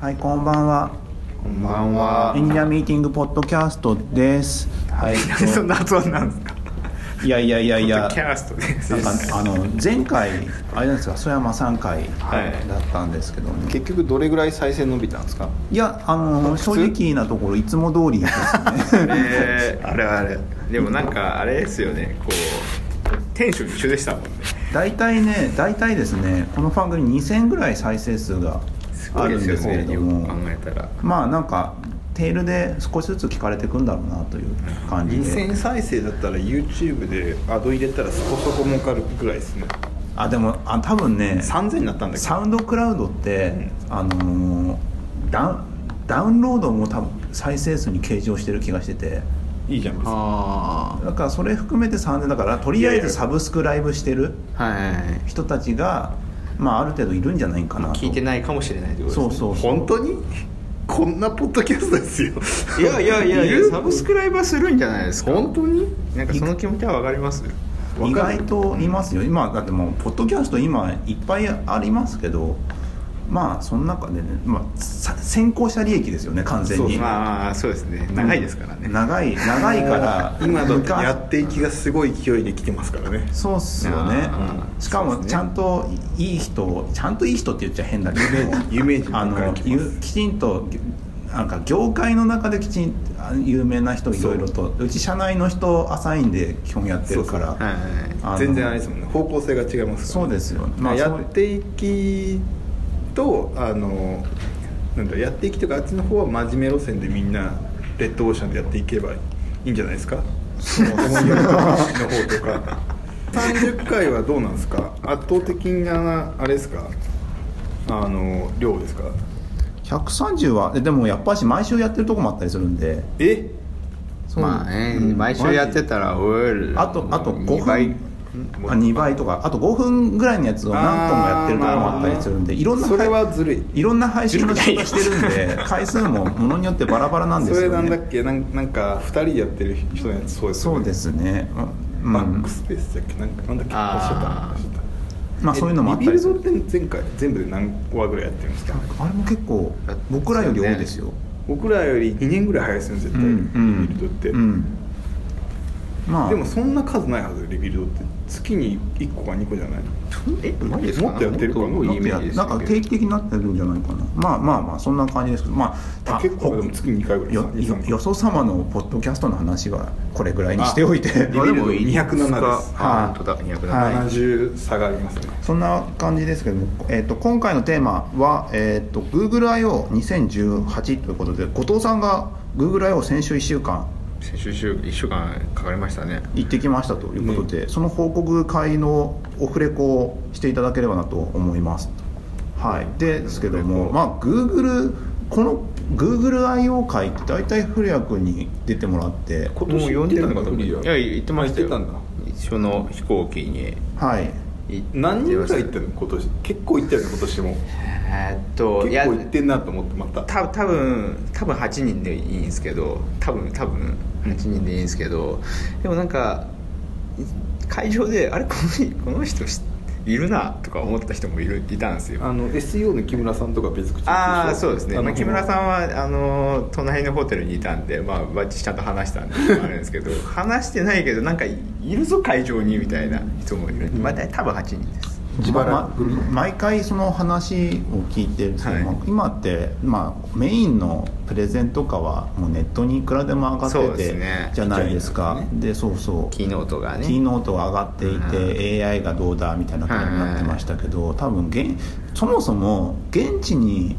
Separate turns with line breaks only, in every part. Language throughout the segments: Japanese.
はい、こんばんは。
こんばんは
エ。ニラミーティングポッドキャストです。はい。
そんな発音なんですか。
いやいやいやいや。
キャストです。
なんかあの前回あれなんですか、曽山さん回
はい
だったんですけどね、
結局どれぐらい再生伸びたんですか
いやあの正直なところいつも通りです ね。
えーあれあれ。でもなんかあれですよね。こうテンション一緒でしたもんね。
大体ね、大体ですね、この番組2000ぐらい再生数が
すご
あ
い
るん
です
で
よ
すけれ
ね。
ど
よく考
も、
えたら。
まあなんかテールで少しずつ聞かれていくんだろうなという感じで。
2000再生だったら YouTube でアド入れたらそこそこ儲かるぐらいですね
あでもあ多分ね、
3000になったんだけど
サウンドクラウドって、あのーダウンダウンロードも多分再生数に計上してる気がしてて
いいじゃん別に
あ
だからそれ含めて3000だからとりあえずサブスクライブしてる
あはい
人たちが、まあ、ある程度いるんじゃないかなと
聞いてないかもしれないってことですね。
そうそうそう
本当に。こんなポッドキャストですよ。
いやいやいや い
る
やサブスクライバーするんじゃないですか
本当に。なんかその気持ちはわかりますよ。
意外といますよ今だってもうポッドキャスト今いっぱいありますけどまあその中でね、まあ、さ先行者利益ですよね完全に
まあまあそうですね。長いですからね。
長い長いから
今だって
昔
やっていきがすごい勢いで来てますからね
そうっすよね
あー
しか
そう
も
っすね
ちゃんといい人をちゃんといい人って言っちゃ変だけど
有名人ば
あ
っかり
の
来て
ゆ
ます
きちんとなんか業界の中できちんあ有名な人いろいろとうち社内の人アサインで基本やってるから
はいはいはい。
あの
全然あれですもんね方向性が違いますから
そう
ね
ですよ
まあ、
そ
や
う
っていきとあのなんだやっていきとかあっちの方は真面目路線でみんなレッドオーシャンでやっていけばいいんじゃないですかその思いやりとかの方とか30回はどうなんですか圧倒的なあれですかあの量ですか
130はででもやっぱし毎週やってるとこもあったりするんで
え
そう
まあね、
うん
毎週やってたら俺
あとあと5
倍
分あ2倍とかあと5分ぐらいのやつを何個もやってるとこもあったりするんでいろんな
それはずるい
いろんな配信の仕方してるんで回数もものによってバラバラなんで
そ
す
れ
よ
なんだ
ね
っけなんなんか2人でやってる人のやつそうです
そうですねうん
バックスペースだっけなんかなんだっけ
あー
おっしゃったおっしゃった
まあそういうのもあったりする
リビルドって前回全部で何話ぐらいやってるんですか
あれも結構僕らより多いですよ
僕らより2年ぐらい早いですよね絶
う
対、
ん
リビルドって、
うんまあ
でもそんな数ないはずよリビルドって月に1個か2個じゃない
えマジですか
もっとやってるかな
もっと多いイメージです
なんか定期的になってるんじゃないかなまあまあまあそんな感じですけどまあ
あ
た
結構でも月に2回ぐらい
よ
三
よよそ様のポッドキャストの話はこれぐらいにしておいて
あリビルド207です
あ本当だ207、
はい
70差がありますね
そんな感じですけども、えっと今回のテーマは、えっと GoogleIO2018 ということで後藤さんが GoogleIO 先週1週間
先週週1週間かかりましたね
行ってきましたということで、その報告会のオフレコをしていただければなと思います。はい、ですけども、まあ、Google この GoogleIO 会って大体古谷君に出てもらって、
今
もう呼んでたのかと思
い
いや行ってましたよ
行ってたんだ
一緒の飛行機に
はい、
行って
何人ぐらい行っ
って
んの今年結構行ったよね今年も
えーっとい
結
や
構行ってんなと思ってまた
た多分多分8人でいいんですけど多分多分8人でいいんですけどでもなんかい会場であれこの人この人しいるなとか思った人もいるいたんですよ
あの SEO の木村さんとか別口でしょ
ああそうですね、
あの
まあ、木村さんはあの隣のホテルにいたんで、まあ、バッチちゃんと話したんであれですけ ど話してないけどなんかいるぞ会場にみたいな人もいる、まあ、大体多分8人です
自腹
ま
組
ま毎回その話を聞いてるんですけど、
はい
今って、まあ、メインのプレゼンとかはもうネットにいくらでも上が
そ
っ
う
て
です
て
ね
じゃないですか
い
で,、
い
そうそう
キーノートがね
キーノートが上がっていて、AI がどうだみたいな感じになってましたけど、多分現そもそも現地に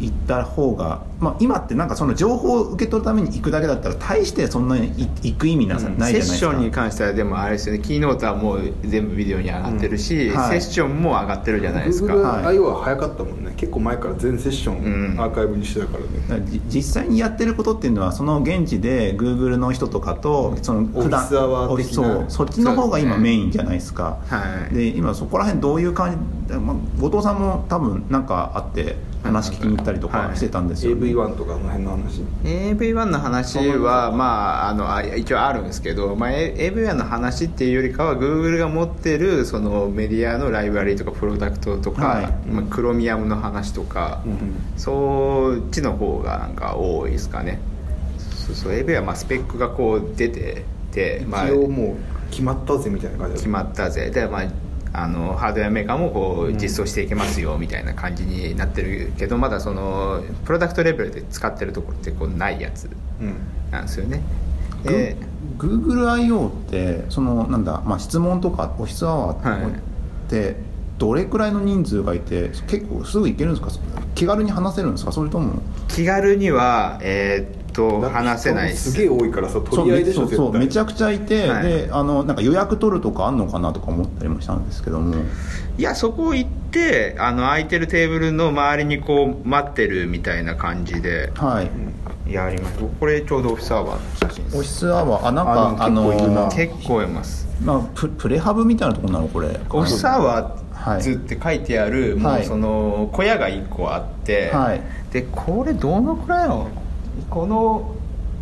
行った方が、まあ、今ってなんかその情報を受け取るために行くだけだったら大してそんなにい行く意味なさ、ないじゃないで
セッ
す
シ
か
ョンに関してはでもあれですよねキーノートはもう全部ビデオに上がってるし、
うんはい
セッションも上がってるじゃないですか、
Google
はい
IO は早かったもんね結構前から全セッショ
うん
ンアーカイブにしてたからね、
だからじ実際にやってることっていうのはその現地で Google の人とかとその
オフィスアワー的な
そうそっちの方が今メインじゃないですか
はい
で今そこら辺どういう感じ、まあ後藤さんも多分なんかあって話聞きに行ったったりとかしてたんですよ、ね
AV1 とかあの辺の話
AV1 の話は、まあ、あのあ一応あるんですけど、まあ、A- AV1 の話っていうよりかは Google が持ってるそのメディアのライブラリとかプロダクトとか、
はい
まあ、クロミアムの話とか、そっちの方がなんか多いですかねそうそう AV はまあスペックがこう出てて、まあ
一、応もう決まったぜみたいな感じ
決
だっ
まったぜで、まあ、あのハードウェアメーカーもこう実装していけますよみたいな感じになってるけどまだそのプロダクトレベルで使ってるところってこうないやつ
たうん
なんですよね
グ
で
GoogleIO ってそのなんだ、まあ、質問とかオフィスアワ
はい
ーってどれくらいの人数がいて結構すぐ行けるんですか気軽に話せるんですかそれとも
気軽にはえーっと話せない
で
ですす
すげえ多いからさ取り合いでし
そ
ょ
うそうそうめち
ゃ
ゃくちゃいて、
はい
であのなんか予約取るとかあんのかなとか思ったりもしたんですけども
いやそこ行ってあの空いてるテーブルの周りにこう待ってるみたいな感じで
はい、
やりますこれちょうどオフィスアワーの写真
オフィ
です
スアワーあなんか
あ
あ
でも
の
結構いるな
け
結構います
まあ、ププレハブみたいなところなのこれ
オフィスアワ
はい
ーズって書いてある、
は
も
いう
その小屋が1個あって、
はい
でこれどのくらいのこの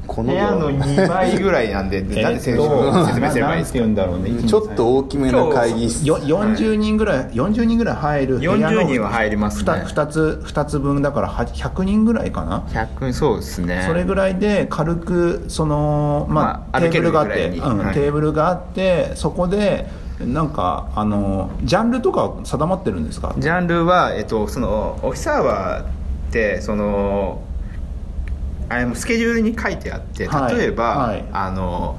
こ
部屋の2倍ぐらいなん でなんで説明説明すればいいんですか
えっとななんて言うんだろうね
ちょっと大きめの会議室
よ40人ぐらい、40人ぐらい入る部屋の
40人は入りますね
2, つ二つ分だからは100人ぐらいかな、
100そうですね
それぐらいで軽くその、まあ
まあ
テーブルがあって、
歩けるぐらいに
うん
はい
テーブルがあってそこでなんかあのジャンルとかは定まってるんですか
ジャンルは、えっと、そのオフィスアワーってそのあれもスケジュールに書いてあって
はい
例えば、
はい
あの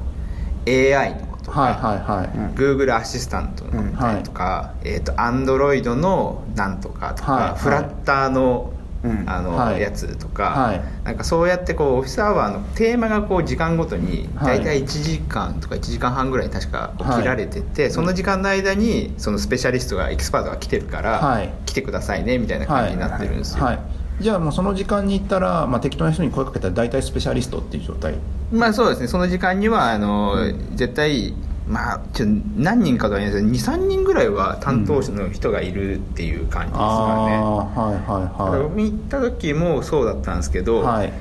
AI のこと
はいはいはい、
Google アシスタントのみたいなとか、えっと Android のなんとかとか、
はいはい
フラッターの、
うん
あの
はい
やつとか、
はい
なんかそうやってこうオフィスアワーのテーマがこう時間ごとに
はい
大体1時間とか1時間半ぐらいに確かこ
は
う
い
切られてて、その時間の間にそのスペシャリストがエキスパートが来てるから、
はい
来てくださいねみたいな感じになってるんですよ、
はいじゃあもうその時間に行ったら、まあ、適当な人に声かけたら大体スペシャリストっていう状態
まあそうですねその時間にはあの、絶対まあちょ何人かとは言えないですけど23人ぐらいは担当者の人がいるっていう感じですからね、
ああはいは
だ
い
から
はい
見に行った時もそうだったんですけど、
はい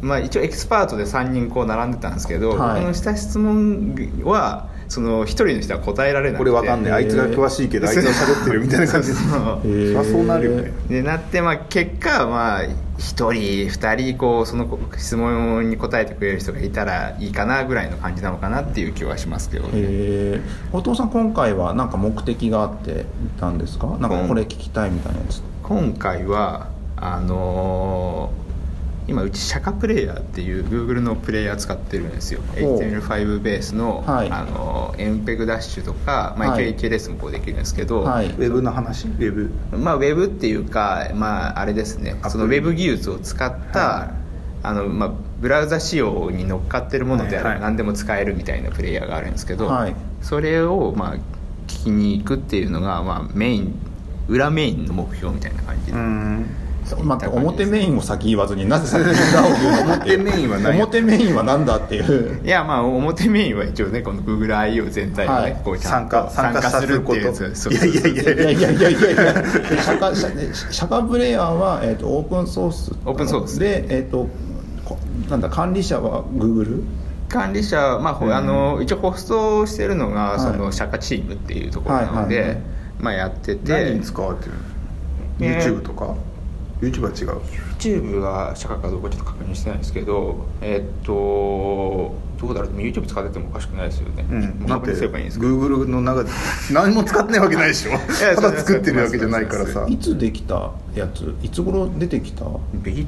まあ、一応エキスパートで3人こう並んでたんですけど、
はい
僕のした質問はその1人の人は答えられなくて
これわ かんないあいつが詳しいけどあいつが喋ってるみたいな感じでそ
そう
りゃそうなるよね
でなって、まあ、結果、まあ、1人2人こうその質問に答えてくれる人がいたらいいかなぐらいの感じなのかなっていう気はしますけど、
へえ後藤さん今回は何か目的があって行ったんですかなんかこれ聞きたいみたいなやつ、
今回はあのー今うちシャカプレイヤーっていう Google のプレイヤー使ってるんですよ
ほう
HTML5 ベースの、
はい
あのー MPEG ダッシュとか、まあ、
はい
HLS もこうできるんですけど、
はい
ウェブの話ウェブ
まあ、ウェブっていうか、まあ、あれですねそのウェブ技術を使った、あのまあ、ブラウザ仕様に乗っかってるもので
はい
あれば
はい
何でも使えるみたいなプレイヤーがあるんですけど、
はい
それを、まあ、聞きに行くっていうのが、まあ、メイン裏メインの目標みたいな感じで、
ん
待って表メインを先言わずになぜ先に裏を言うのっていう
表メインは何
表メインは何だっていう
いやまあ表メインは一応ねこの GoogleIO 全体のね、
はい
こうちゃ
参
んと
加参加すること
参加するっていうやつそうそうそう
いやいや
い
いや
やいやいやいやいや釈迦釈釈迦プレイヤーは、えー、とオープンソース
オープンソース
で、えー、とこなんだ管理者は Google
管理者、まあほあの一応ホストをしてるのが、
はい
その社会チームっていうところなので、
はいはいはい
まあ、やってて
何に使われてるの
えー
YouTube とか YouTube は違う
YouTube が社会かどうかちょっと確認してないですけどえっとどうだろうでも YouTube 使っててもおかしくないですよね、も
だって
確認すればいいんですか
Google の中で何も使ってないわけないでしょ
や
ただ作ってるわけじゃないからさ
いつできたやついつ頃出てきた
い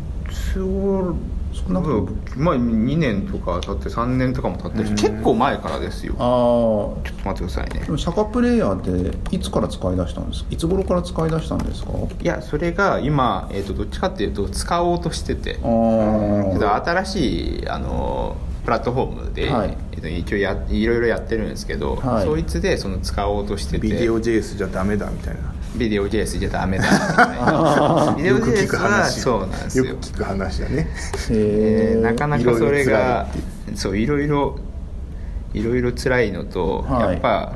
つ頃少なくまあ2年とか経って3年とかも経ってるし結構前からですよちょ
ああ
っと待ってくださいね
でもシャカプレイヤーっていつから使い出したんですかいつ頃から使い出したんですか
いやそれが今、えっとどっちかっていうと使おうとして
あ
て
あ
けど新しいあのプラットフォームで、
はい
えっと一応やいろいろやってるんですけど、
はい
そいつでその使おうとしてて
ビデオ JS じゃダメだみたいな
ビデオ JS じゃダメだみたいなビデオ
よく聞
JS
く
は
話
そうなんですよ
よく聞く話だね
え
へ
ー
ー
なかなかそれがそういろいろいろいろ辛いのと、
はい
やっぱ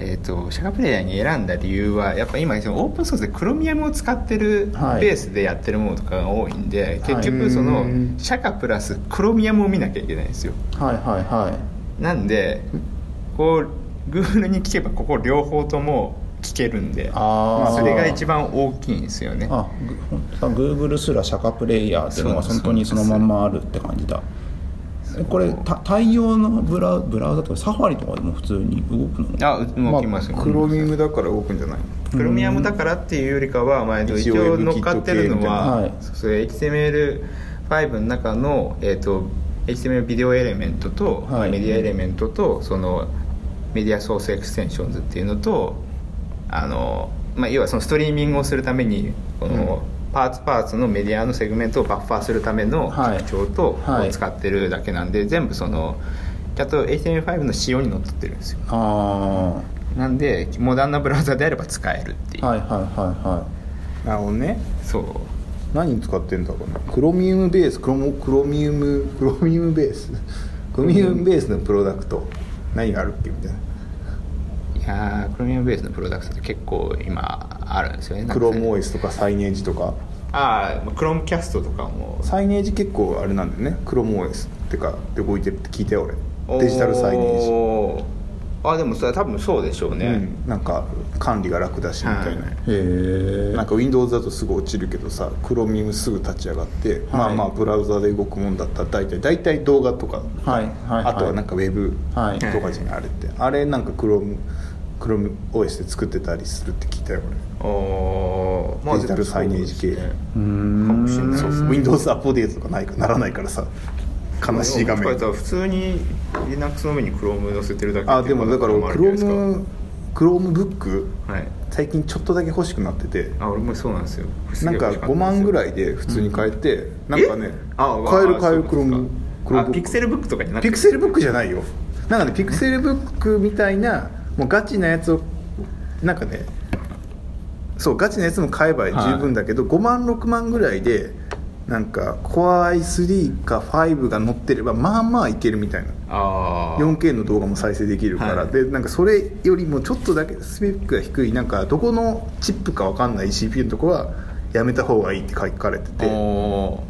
えー、とシャカプレイヤーに選んだ理由はやっぱ今そのオープンソースでクロミアムを使ってるベ
はい
ースでやってるものとかが多いんで、結
はい
局その
うん
シャカプラスクロミアムを見なきゃいけないんですよ
はいはいはい
なんでこう Google に聞けばここ両方とも聞けるんで
あー
それが一番大きいんですよね
あグーグルすら釈迦プレイヤーっていうのが
そうなん
本
です
当にそのまんまあるって感じだえこれた対応のブラブラウザとかサファリとかでも普通に動くの
あ動きますよ、
クローミングだから動くんじゃない
プロミアムだからっていうよりかは、まあ、一
一応
応乗っかってるのは、
はい
それ HTML5 の中の、えー、と HTML ビデオエレメントと、
はい
まあメディアエレメントとそのメディアソースエクステンションズっていうのとあの、まあ、要はそのストリーミングをするためにこの、パーツパーツのメディアのセグメントをバッファーするための
はい
拡張と、
はい
を使ってるだけなんで全部そのちゃんと HTML5 の仕様にのっとってるんですよ
あ
なんでモダンなブラウザであれば使えるっていう、
あはいはいはいはい
なるほどね
そう
何使ってんだろうなクロミウムベースクロモクロミウムクロミウムベースクロミウムベースのプロダクト何があるっけみたいない
やークロミアムベースのプロダクトって結構今あるんですよね
クローム
イ
OS とかサイネージとか
ああクロームキャストとかも
サイネージ結構あれなんだよねクローム OS ってかで動いてるって聞いたよ俺デジタルサイネージ
ージあでもそれは多分そうでしょうね、
うん、なんか管理が楽だしみたいな、
はい
へえ
なんか Windows だとすぐ落ちるけどさ Chromium すぐ立ち上がって、まあまあブラウザで動くもんだったら大体大体動画とか、
はいはい
あとはなんか Web
はい
とかじゃん、あれってあれなんか Chrome Chrome OS で作ってたりするって聞いたよ
おーま
俺デジタルサイネージ系、
うーん
かもしれない
そうそう Windows アップデートとかないかならないからさ悲しい画面
普通に Linux の上に Chrome 載せてるだけ
あでもだから
クローム
Chrome Chromebook
はい
最近ちょっとだけ欲しくなってて
あ俺もそうなんですよ
なんか5万ぐらいで普通に買えて、なんかね買える買えるクロムクロム
ピクセルブックとかになって
ピクセルブックじゃないよなんかねピクセルブックみたいなもうガチなやつをなんかねそうガチなやつも買えば十分だけど、5万6万ぐらいでなんか Core i3 か5が載ってればまあまあいけるみたいな
ああ
4K の動画も再生できるから、
はい
でなんかそれよりもちょっとだけスペックが低いなんかどこのチップかわかんない CPU のとこはやめた方がいいって書かれてて
お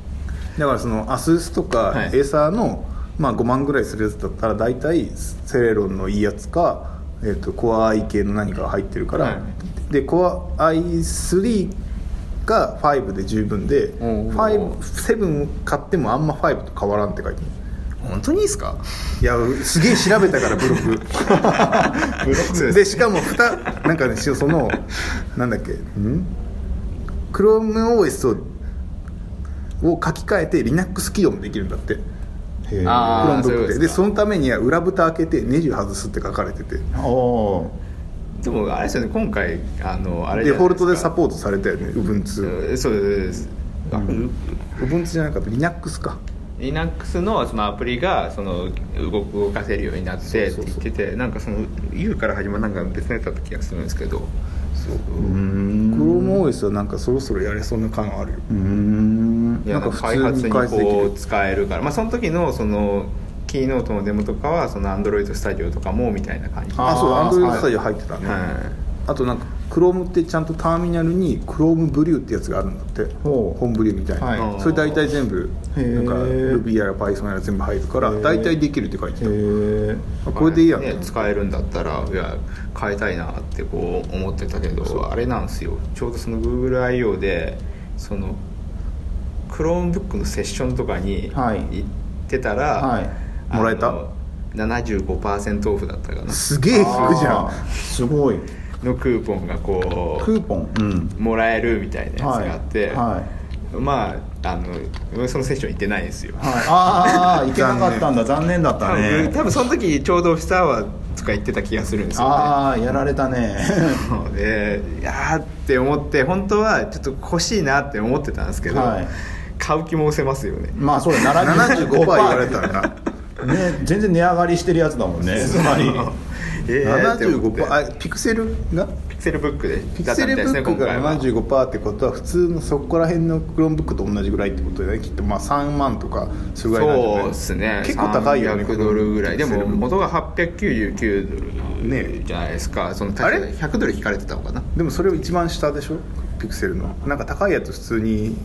だからそのアス s とか
はい
エーサーの、まあ、5万ぐらいするやつだったら大体セレロンのいいやつか、えー、と Core i 系の何かが入ってるから、
は
で Core i3 が5で十分で
おー
57買ってもあんま5と変わらんって書いてある
本当にいいですか
いやすげえ調べたから ブログでしかもふたなんかねしそのなんだっけん ChromeOS をを書き換えて Linux 起動もできるんだって
へえ
あー
Chromebook
そういうことで
です
か
でそのためには裏蓋開けてネジ外すって書かれてて
おー
でもあれですよね今回あのあれ
デフォルトでサ
ー
ポートされたよね Ubuntu
トそうですそうですあ
Ubuntu じゃなかった Linux か
Linux のそのアプリがその動く動かせるようになってって言っててなんかその U から始まるなんか別のやつだった気がするんですけど
うーん
ChromeOS はなんかそろそろやれそうな感あるよ
うーん
いや
なんか
開
普通
発に
に解析
こ
で
う使えるからまあその時のそのキーノートのデモとかはその Android スタジオとかもみたいな感じ
あ
あー
そうアンドロイドスタジオ
は
入ってたね、
はい
あとなんか Chrome ってちゃんとターミナルに Chrome ブリューってやつがあるんだって
ほ
ホ
う
ームブリューみたいな、
はい
それ大体全部
へー
なんか Ruby やら Python やら全部入るから
ー
大体できるって書いて
へ
た
え
あこれでいいやんと
ね、使えるんだったらいや変えたいなってこう思ってたけどあれなんですよちょうどその GoogleIO でその Chromebook のセッションとかに
はい
行ってたら、
はい
あの
もらえた
75%オフだったかな
すげえ引くじゃ
あ
ん
ーすごい
のクーポンがこ
ク
う
ーポンうん
もらえるみたいなやつがあって、
はいはい
まああのそのセッション行ってないんですよ
はい、ああいけなかったんだ残念だっ
多
た
分
ね
多分その時ちょうどスターワーとか行ってた気がするんですよね
ああやられたね
そうでいやーって思って本当はちょっと欲しいなって思ってたんですけど、
はい
買う気も失せますよね
まあそうだ
75%言われたらな
ね全然値上がりしてるやつだもんねつ まり
えーって思って
75%あピクセルが
ピクセルブックで
ピクセルブックが
今回は
75%ってことは普通のそこら辺の Chromebook と同じぐらいってことだよねきっとまあ3万とかそれぐらいなんじゃ
そ
な
う
い
ですね
結構高いよね
300ドルぐらいで
Chromebook
も元が899ドル
ね
じゃないですか、その
あれ
確か100ドル引かれてたのかな
でもそれを一番下でしょピクセルのなんか高いやつ普通に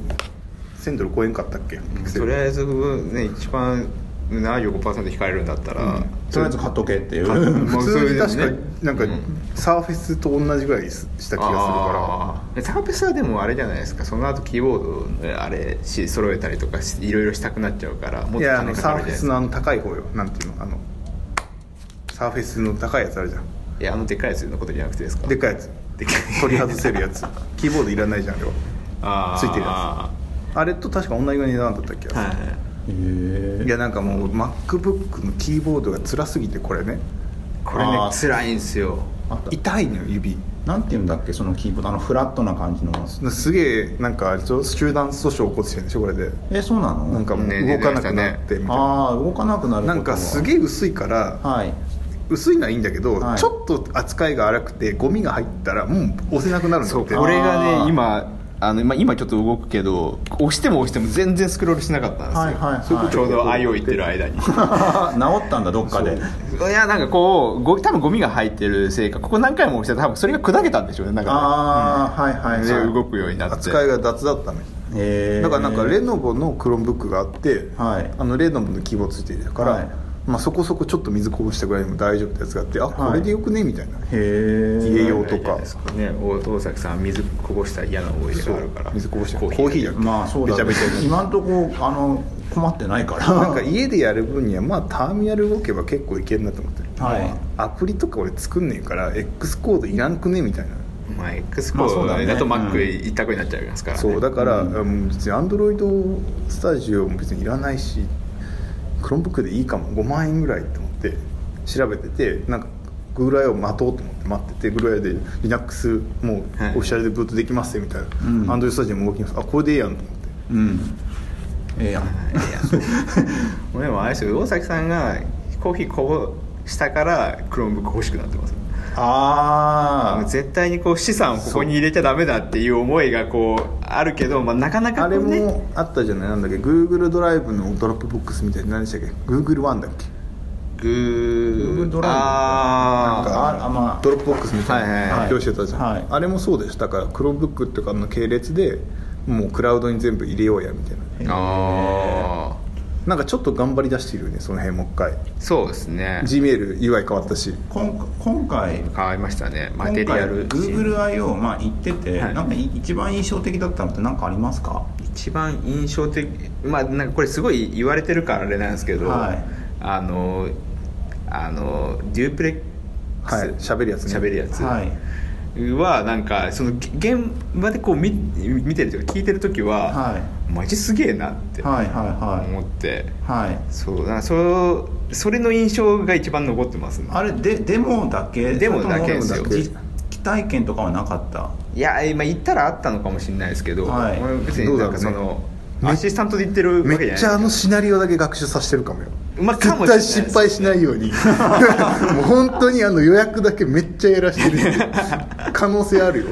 1000ドル超えんかったっけピクセ
とり
ル
あえず、ね、一番75%引かれるんだったら、
とりあえず買っとけっていう
まあ
普通に確
それ
か
でね
なんか
うん
サーフェスと同じぐらいした気がするか
あーサービスはでもあれじゃないですかその後キーボードのあれし揃えたりとかしいろいろしたくなっちゃうか
ら
らもっ
い
と
やあの
金か
サ
か
ー
る
フェ
じゃないで
ス
す
のあ
か
の高い方よなんていうのあのサーフェスの高いやつあるじゃん
いやあのでっかいやつのことじゃなくてですか
でっかいやつ
でっかい
取り外せるや つキーボードいらないじゃんあれは
あー
ついてるやあれと確か同じぐらいの値段だった気がする、
はい
え
いやなんかもう MacBook のキーボードが辛すぎてこれね
これね
あー
辛いんですよ
あった
痛いのよ指
なんて言うんだっけそのキーボードあのフラットな感じの
すげえなんかあれでしょ集団訴訟起こしてるんでしょこれで
えそうなの
なんかもう
ね出
動
て
か
ま
な
した
く
ね
なってみたいな、
ああ動かなくなる
なんかすげ
え
え薄いから
はい
薄いのはいいんだけど、
はい
ちょっと扱いが荒くてゴミが入ったらもう押せなくなるんだ
そう
って
これが
あ
ね
ー
今あの、まあ、今ちょっと動くけど押しても押しても全然スクロールしなかったんですよ、
はいはいはい
そううことちょうど IO 言ってる間に
治ったんだどっかで
いやなんかこうご多分ゴミが入ってるせいかここ何回も押して多分それが砕けたんでしょうねなんか
ああはい
ね
はい
で
はい
動くようになって
扱いが雑だったのよ
え
だからなんかレ
ン
ノボのクロームブックがあって、
はい
あのレノボのキーボードついてるから、
はい
まあ、そこそこちょっと水こぼしたぐらいでも大丈夫ってやつがあってあこれでよくねみたいな、
へ
家
え
用とか
ね大大崎さん水こぼしたら嫌な思い出があるから
そう水こぼした
コーヒー
コーヒーだ
まあそうだけど
べちゃべちゃ
今んとこあの困ってないからな
なんか家でやる分にはまあターミナル動けば結構いけるなと思ってる、
はい
アプリとか俺作んねえから X コードいらんくねみたいな
まあ X コ
まあそう
ー
だ
ド
ね
だと
うん
Mac 一択になっちゃいますからね
そうだから、うん、別にアンドロイドスタジオも別にいらないしクロームブックでいいかも5万円ぐらいと思って調べててなんか Google IO 待とうと思って待ってて Google IO で Linux もうオ
はい
フィシャルでブートできますよみたいな、
ん
Android スタジオも動きますあこれでいいやんと思って
うんええやん
いやそう俺もあれですよ大崎さんがコーヒーこぼしたからクロームブック欲しくなってます
ああ
絶対にこう資産をここに入れちゃダメだっていう思いがこうあるけど、まあ、なかなか
あ
こ
れ
う、ね、
もあったじゃないなんだっけ Google ドライブのドロップボックスみたいな何でしたっけ Google ワンだっけ
グー
Google ドライブ
あー
ああま
ドロップボックスみたい
はいはい
な
はい
発表してたじゃん、
はい
あれもそうでしたからクロームブックとかの系列でもうクラウドに全部入れようやみたいな
あ
なんかちょっと頑張り出してるよねその辺もう一回
ーそうですね
Gmail UI 変わったし
あ今今回
変わりましたねマ
今
テ
回
リアル
GoogleIO まあ行ってて、
はい
なんかい一番印象的だったのって何かありますか
一番印象的まあなんかこれすごい言われてるからあれなんですけど、
はい
あのあのデュープレックス
はい喋るやつね
喋るやつ
はい
はなんかそのげ現場でこう見見てるというか聞いてる時は、
は
マジすげえなって
いはいはい
思って、
はいはい
そうだからそそれの印象が一番残ってますね
あれでデモだけ
デモだけです
そ
よ
れとも実機体験とかはなかった
いや今言ったらあったのかもしれないですけど、
はい
俺別になんかそ
どうだろう
の、アシスタントで言ってるわ
め
けじゃない
っちゃあのシナリオだけ学習させてるかもよ
まあかも
絶
しれない
対
です
失敗しないよう にもう本当にあの予約だけめっちゃやらしてる 可能性あるよ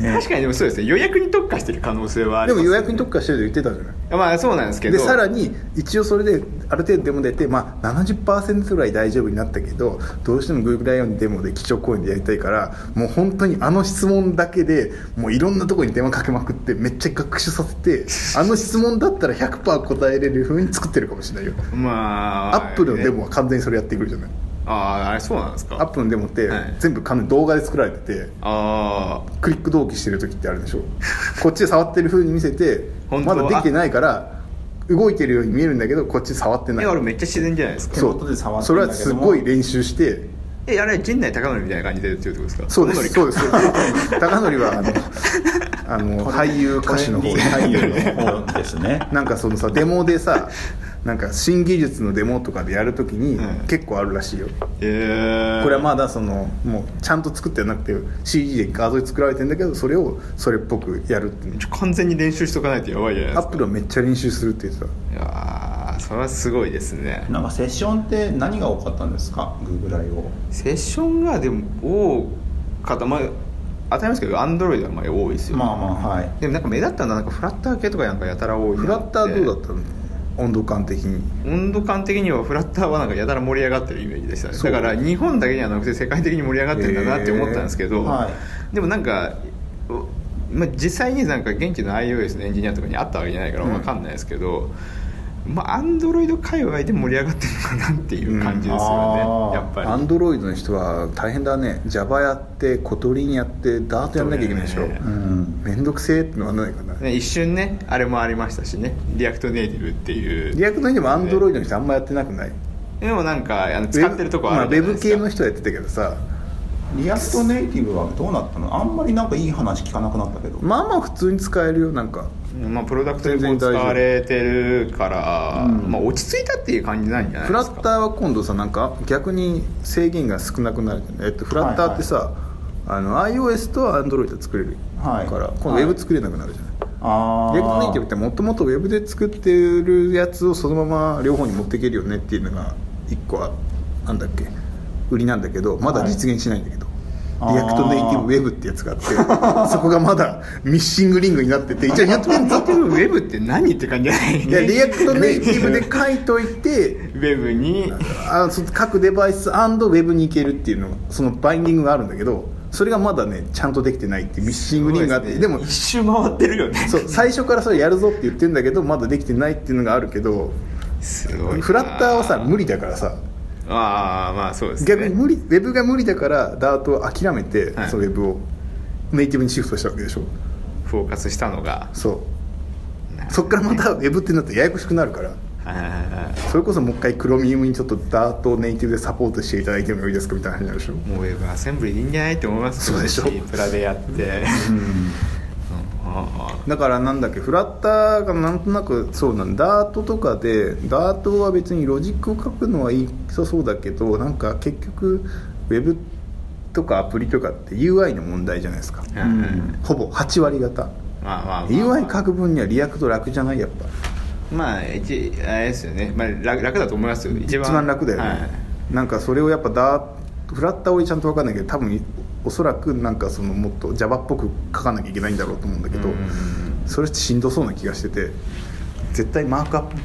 確かにでもそうですね予約に特化してる可能性はあり
で
ま
も
す
予約に特化してると言ってたじゃない
まあそうなんですけど
でさらに一応それである程度デモ出て、まあ、70%ぐらい大丈夫になったけどどうしても Google i o デモで基調講演でやりたいからもう本当にあの質問だけでもういろんなところに電話かけまくってめっちゃ学習させ てあの質問だったら100%答えれる風に作ってるかもしれないよ
まあ
アップルのデモ
ね
は完全にそれやってくるじゃない
あああれそうなんです
アッ
か
プルのデモって
はい
全部完全に動画で作られてて
あ
クリック同期してる時ってあるでしょこっちで触ってる風に見せて
本当
まだ
は
できてないから動いてるように見えるんだけどこっち触って
あ
ない
いやあれめっちゃ自然じゃないですか
そ
手元で触
う
っ
そ
て
れ
るん
は
だけ
す
ども
ごい練習して
えあれ陣内高則みたいな感じで言ってるってことですか
そうです
高
そう
則
です高則は あのあの俳優歌手の方
俳優の方ですね
なんかそのさデモでさなんか新技術のデモとかでやるときに
うん
結構あるらしいよ、
えー、
これはまだそのもうちゃんと作ってなくて CG で画像で作られてんだけどそれをそれっぽくやるっていう
ちょ完全に練習しとかないとやばいじゃない
ア
で
ッ
すか
プルはめっちゃ練習するって言ってた
いやーそれはすごいですね
なんかセッションって何が多かったんですか GoogleIO
セッションがでも多かったまあ当たりますけどアンドロイドはまあ多いですよ、
まあまあはい
でもなんか目立ったのはなんかフラッター系とかなんかやたら多いなって
フラッターどうだったの温度感的に
温度感的にはフラッターはなんかやたら盛り上がってるイメージでしたね
そう
だから日本だけじゃなくて世界的に盛り上がってるんだなって思ったんですけど、
へーは
でもなんか、おまあ、実際になんか現地の iOS のエンジニアとかにあったわけじゃないから
うん
わかんないですけど、まあアンドロイド界隈で盛り上がってるのかなっていう感じですよね、
うんあー
やっぱり
アンドロイドの人は大変だね Java やってコトリンやってダートやんなきゃいけないでしょ
そうだよ
うん
面倒くせえってのはないかな
ね、一瞬ねあれもありましたしねリアクトネイティブっていう
リアクトにでもアンドロイドの人あんまやってなくない
でもなんかあの使ってるとこあるじゃ
ま
な
あウェ
いで
ブ
すか
系の人はやってたけどさ
リアクトネイティブはどうなったのあんまりなんかいい話聞かなくなったけど、
まあまあ普通に使えるよなんか
まあ、プロダクトにも
全然
使
大丈夫
われてるから、
うん
まあ、落ち着いたっていう感じなんじゃない
フ
で
ラ
すか
ッターは今度さなんか逆に制限が少なくなるじゃないえっと、フラッターってさ、あの iOS と Android は作れるから、
はい
今
は
度
い
Web 作れなくなるじゃない、
ああ
リアクトネイティブってもともと Web で作ってるやつをそのまま両方に持っていけるよねっていうのが一個あなんだっけ売りなんだけどまだ実現しないんだけど、
はい
リアクトネイティブウェブってやつがあってそこがまだミッシングリングになってて一応 やっと
フラッターウェブって何って感じじゃない
いやリアクトネイティブで書いといて
ウェブに
あそ各デバイス &web に行けるっていうのそのバインディングがあるんだけどそれがまだねちゃんとできてないっていうミッシングリングがあってで,、も
一周回ってるよね
そう最初からそれやるぞって言ってるんだけどまだできてないっていうのがあるけど
すごいな
フラッターはさ無理だからさ
ああまあそうですね
逆に無理ウェブが無理だからダートを諦めて、
はい
そのウェブをネイティブにシフトしたわけでしょ
フォーカスしたのが
そうそっからまたウェブってなってややこしくなるから
はいはいは
それこそもう一回クロミウムにちょっとダートをネイティブでサポートしていただいてもよいですかみたいな話になるでしょ
いもうウェブアセンブリでいいんじゃないって思います
そうでしょ
プラでやって、うんあ
だからなんだっけフラッターがなんとなくそうなんダートとかでダートは別にロジックを書くのはいいそうそうだけどなんか結局ウェブとかアプリとかって UI の問題じゃないですか
ーはいはい
ほぼ8割方
まあまあまあ、
UI 書く分にはリアクト楽じゃないやっぱ
まあ一あれですよね、まあ、楽楽だと思いますよ一
一
番
番楽だよね、
はい
なんかそれをやっぱダーフラッター俺ちゃんと分かんないけど多分おそらくなんかそのもっと Java っぽく書かなきゃいけないんだろうと思うんだけど、
うんうん
それってしんどそうな気がしてて絶対マークアップ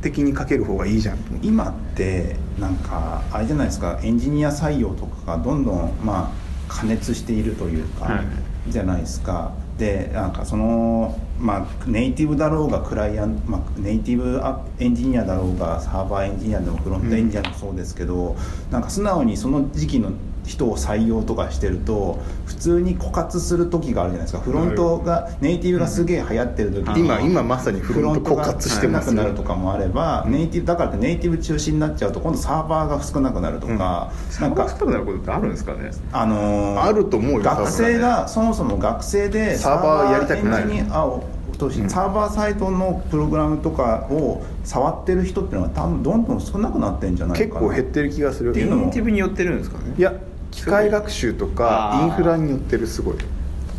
的に書ける方がいいじゃんと思って
今ってなんかあれじゃないですかエンジニア採用とかがどんどんまあ加熱しているというか、
はい
じゃないですかでなんかその、まあ、ネイティブだろうがクライアント、まあ、ネイティブアエンジニアだろうがサーバーエンジニアでもフロントエンジニアでもそうですけど、なんか素直にその時期の人を採用とかしてると普通に枯渇する時があるじゃないですかフロントがネイティブがすげえ流行ってる時
今今まさにフロント枯渇してます
フロントが少なくなるとかもあれば、ネイティブだからってネイティブ中心になっちゃうと今度サーバーが少なくなるとか、なん
高
か
くなることってあるんですかね
あのー
あると思うよ
学生が、そもそも学生で
サーバーやりたくない
サーバーエンジニアをとしサーバーサイトのプログラムとかを触ってる人っていうのは多分どんどん少なくなってんじゃないか
結
な
構減ってる気がする
っていうのも
ネイティブに寄ってるんですかね
いや機械学習とか
あー
インフラによってるすごい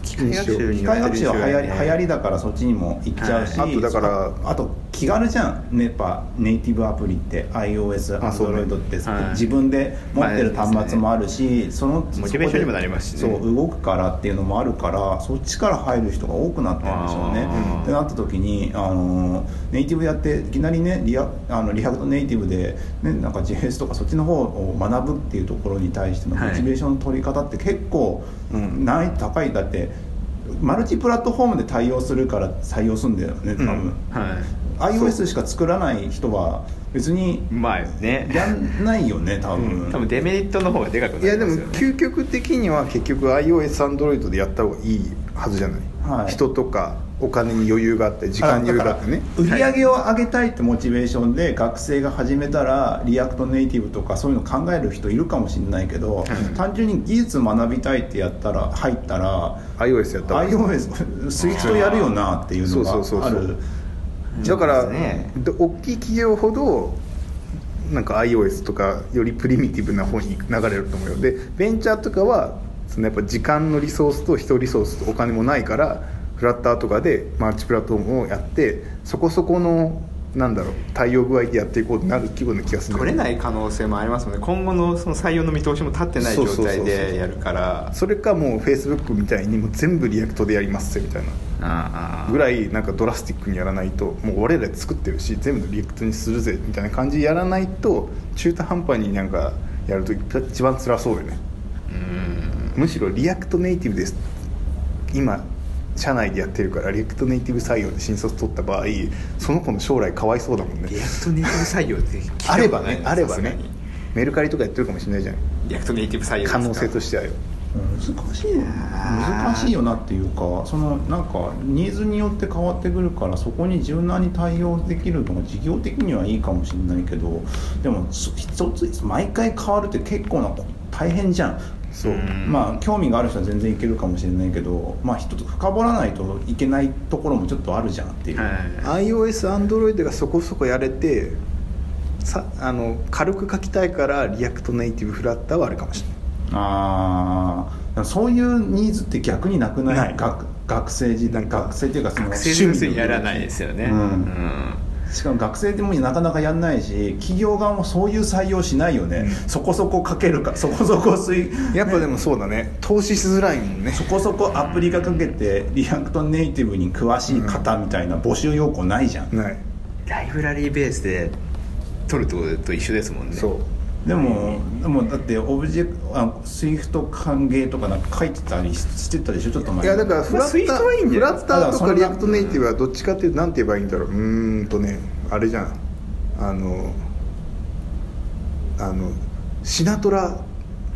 機械学習
機械学習は流行り流行
り
りだからそっちにも行っちゃうし、
はいあとだから
ああと気軽じゃんねやっぱネイティブアプリって iOS
あそうね
Android って、
はい
自分で持ってる端末もあるし、その
モチベーションにもなりますしね
そう動くからっていうのもあるからそっちから入る人が多くなってるんでしょうね
あー
ってなった時にあのネイティブやっていきなりねリアあのリアクトネイティブで、ね、なんか JS とかそっちの方を学ぶっていうところに対してのモチベーションの取り方って結構、
うん
難易度高いだってマルチプラットフォームで対応するから採用するんだよね多分、
はい
iOS しか作らない人は別に
まあね
やんないよね多分、
多分デメリットの方がでかく
い
な
や
り
で
ます
も
よね
究極的には結局 iOSAndroid でやった方がいいはずじゃない、
はい
人とかお金に余裕があって時間に余裕があってね
売り上げを上げたいってモチベーションで学生が始めたらリアクトネイティブとかそういうの考える人いるかもしれないけど、単純に技術学びたいってやったら入ったら
iOS やった方がいい
iOS スイッチとやるよなっていうの
そうそう
があ
そうそう
る
だから、
そうですね
で大きい企業ほどなんか iOS とかよりプリミティブな方に流れると思うよでベンチャーとかはそのやっぱ時間のリソースと人リソースとお金もないからフラッターとかでマルチプラットフォームをやってそこそこのなんだろう対応具合でやっていこうとなる規模の気がするんだ
取
よ
れ
ね
ない可能性もありますもんね今後のその採用の見通しも立ってない状
そうそうそう
態
そう
でやるから
それかもうフェイスブックみたいにもう全部リアクトでやりますみたいな
あー
ぐらいなんかドラスティックにやらないともう俺らで作ってるし全部理屈にするぜみたいな感じでやらないと中途半端になんかやると一番辛そうよねむしろリアクトネイティブです今社内でやってるからリアクトネイティブ採用で新卒取った場合その子の将来かわいそうだもんね
リアクトネイティブ採用って聞いたこと
あれば
ない
ね
な
あれば
さすが
ね
に
メルカリとかやってるかもしれないじゃん
リアクトネイティブ採用です
可
か
能性としてはよ
難しい難しいよなっていうかそのなんかニーズによって変わってくるからそこに柔軟に対応できるのが事業的にはいいかもしれないけどでもそ一つ毎回変わるって結構な大変じゃん
そう
うん
まあ興味がある人は全然いけるかもしれないけどまあ一つ深掘らないといけないところもちょっとあるじゃんっていう、
はい
iOS、Android がそこそこやれてさあの軽く書きたいからリアクトネイティブフラッターはあるかもしれない
ああそういうニーズって逆になくない
ない
学学生時代学生っていうかその
学生の
趣味
時
の
にやらないですよね
うん
うん
しかも学生でもなかなかやんないし企業側もそういう採用しないよね、そこそこかけるか そこそこ水
やっぱでもそうだね投資しづらいもんね
そこそこアプリがかけてリアクトネイティブに詳しい方みたいな募集要項ないじゃん、
ない
ライブラリーベースで取るってことと一緒ですもんね
そう
でもでもだってオブジェクトスイフト歓迎とかなんか書いてたりしてたでしょちょっと前
いやだからフラッタ
Swift はいい
ー
んじ
フ
ゃない
ラッター
あだ
と
からそ
か
んな
リアクトネイティブはどっちかっていうとなんて言えばいいんだろううーんとねあれじゃんあのあのシナトラ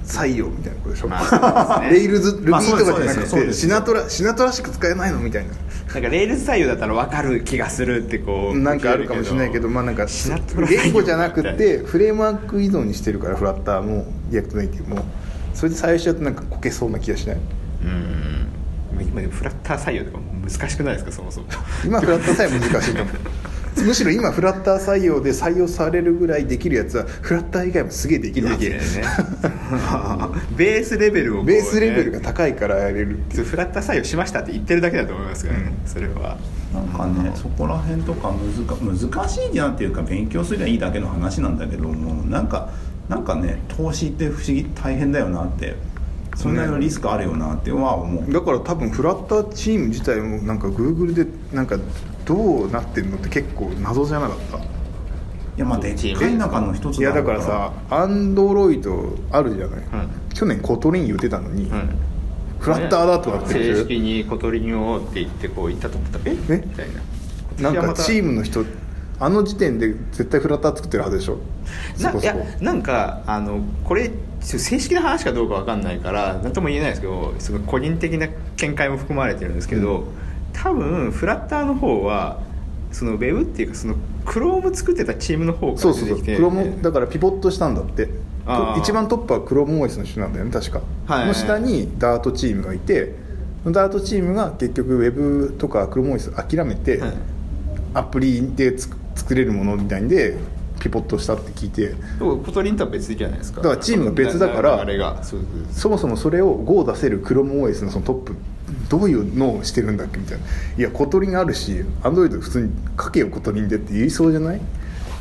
採用みたいなことでしょ、
まあそうですね
レイルズルビ
まあ
ーとかじ
そ
ゃな
うで
く
すそう
て
です
シナトラシナトラしか使えないのみたいな
なんかレールズ採用だったら分かる気がするってこう
なんかあるかもしれないけどまあなんか
シナトラ
言語じゃなくてフレームワーク依存にしてるからフラッターもリアクトネイティブもそれで採用しちゃうとなんかこけそうな気がしない
うん今でもフラッター採用とか難しくないですかそもそも
今フラッターさえ難しいと思う むしろ今フラッター採用で採用されるぐらいできるやつはフラッター以外もすげえできるわけ
ね ベースレベルをこうね
ベースレベルが高いからやれる
そうフラッター採用しましたって言ってるだけだと思いますからね、それは
なんかねそこら辺とか難か難しいなっていうか勉強すりゃいいだけの話なんだけどもなんかなんかね投資って不思議大変だよなってそれなりのリスクあるよなっては思う、
だから多分フラッターチーム自体もなんかグーグルでなんかどうなってるのって結構謎じゃなかった
いやまあでっかい中の一つ
いやだからさアンドロイドあるじゃない、
はい
去年コトリン言ってたのに、
うん
フラッターだとなってる
正式に小鳥にをって言ってこう言ったと思ったらえ
え
みたい
な
な
ん
いやま
か
た
チームの人あの時点で絶対フラッター作ってるはずでしょそ
な
こ
い
そ
や
こ
なんかあのこれ正式な話かどうかわかんないから何とも言えないですけどすごい個人的な見解も含まれてるんですけど、多分フラッターの方はそのウェブっていうかそのクローム作ってたチームの方か
そ
ら
うそうそ
出て
う
き
ク
て
ロムだからピボットしたんだって
あー
一番トップはクロム OS の人なんだよね確か、
はい
その下にダートチームがいてダートチームが結局ウェブとかクロム OS 諦めて、
はい
アプリでつく作れるものみたいんでピボットしたって聞いて
コトリンとは別じゃないですか
だからチームが別だから
あれがそうそうそう
そもそもそれを Go 出せる ChromeOS のそのトップどういうのをしてるんだっけみたいないやコトリンあるし Android 普通に書けよコトリンでって言いそうじゃない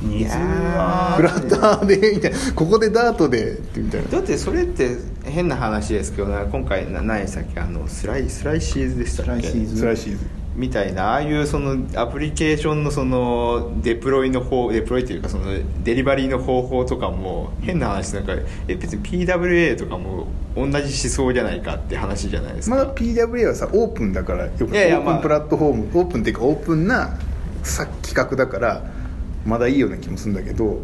水
フ
は
ラッターでみたいなここでダートでってみたいな
だってそれって変な話ですけどな今回な何でしたっけあのスライスライシーズでしたっけ
スライシーズ
辛いシーズン
みたいなああいうそのアプリケーションのそのデプロイの方デプロイというかそのデリバリーの方法とかも変な話なんかえ別に PWA とかも同じ思想じゃないかって話じゃないですか、
まだ PWA はさオープンだからよくオ
いやいや
ープ
まあ
ンプラットフォームオープンっていうかオープンなさ企画だからまだいいような気もするんだけど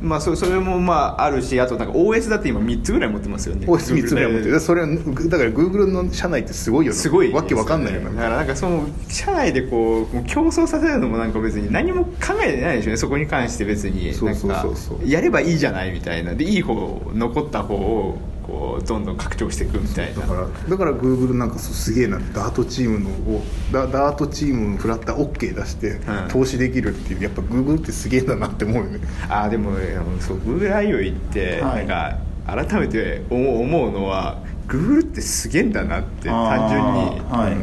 まあ、そそれもまああるしあとなんか OS だって今3つぐらい持ってますよね
OS3 つぐらい持ってるそれはだから Google の社内ってすごいよね
すごいですよ
わ
ね
けわかんないよ
だ
な
からなんかその社内でこうもう競争させるのもなんか別に何も考えてないでしょうねそこに関して別に
そうそうそうそう
なんかやればいいじゃないみたいなでいい方残った方をこうどんどん拡張していくみたいな
だからだからグーグルなんかそうすげえなダートチームのをダダートチームのフラッター OK 出して
うん
投資できるっていうやっぱグーグルってすげえんだなって思うよね
あーでもあのそう GoogleIO 行って、
はい
なんか改めて思う思うのは Google ってすげえんだなって単純に、
あーはい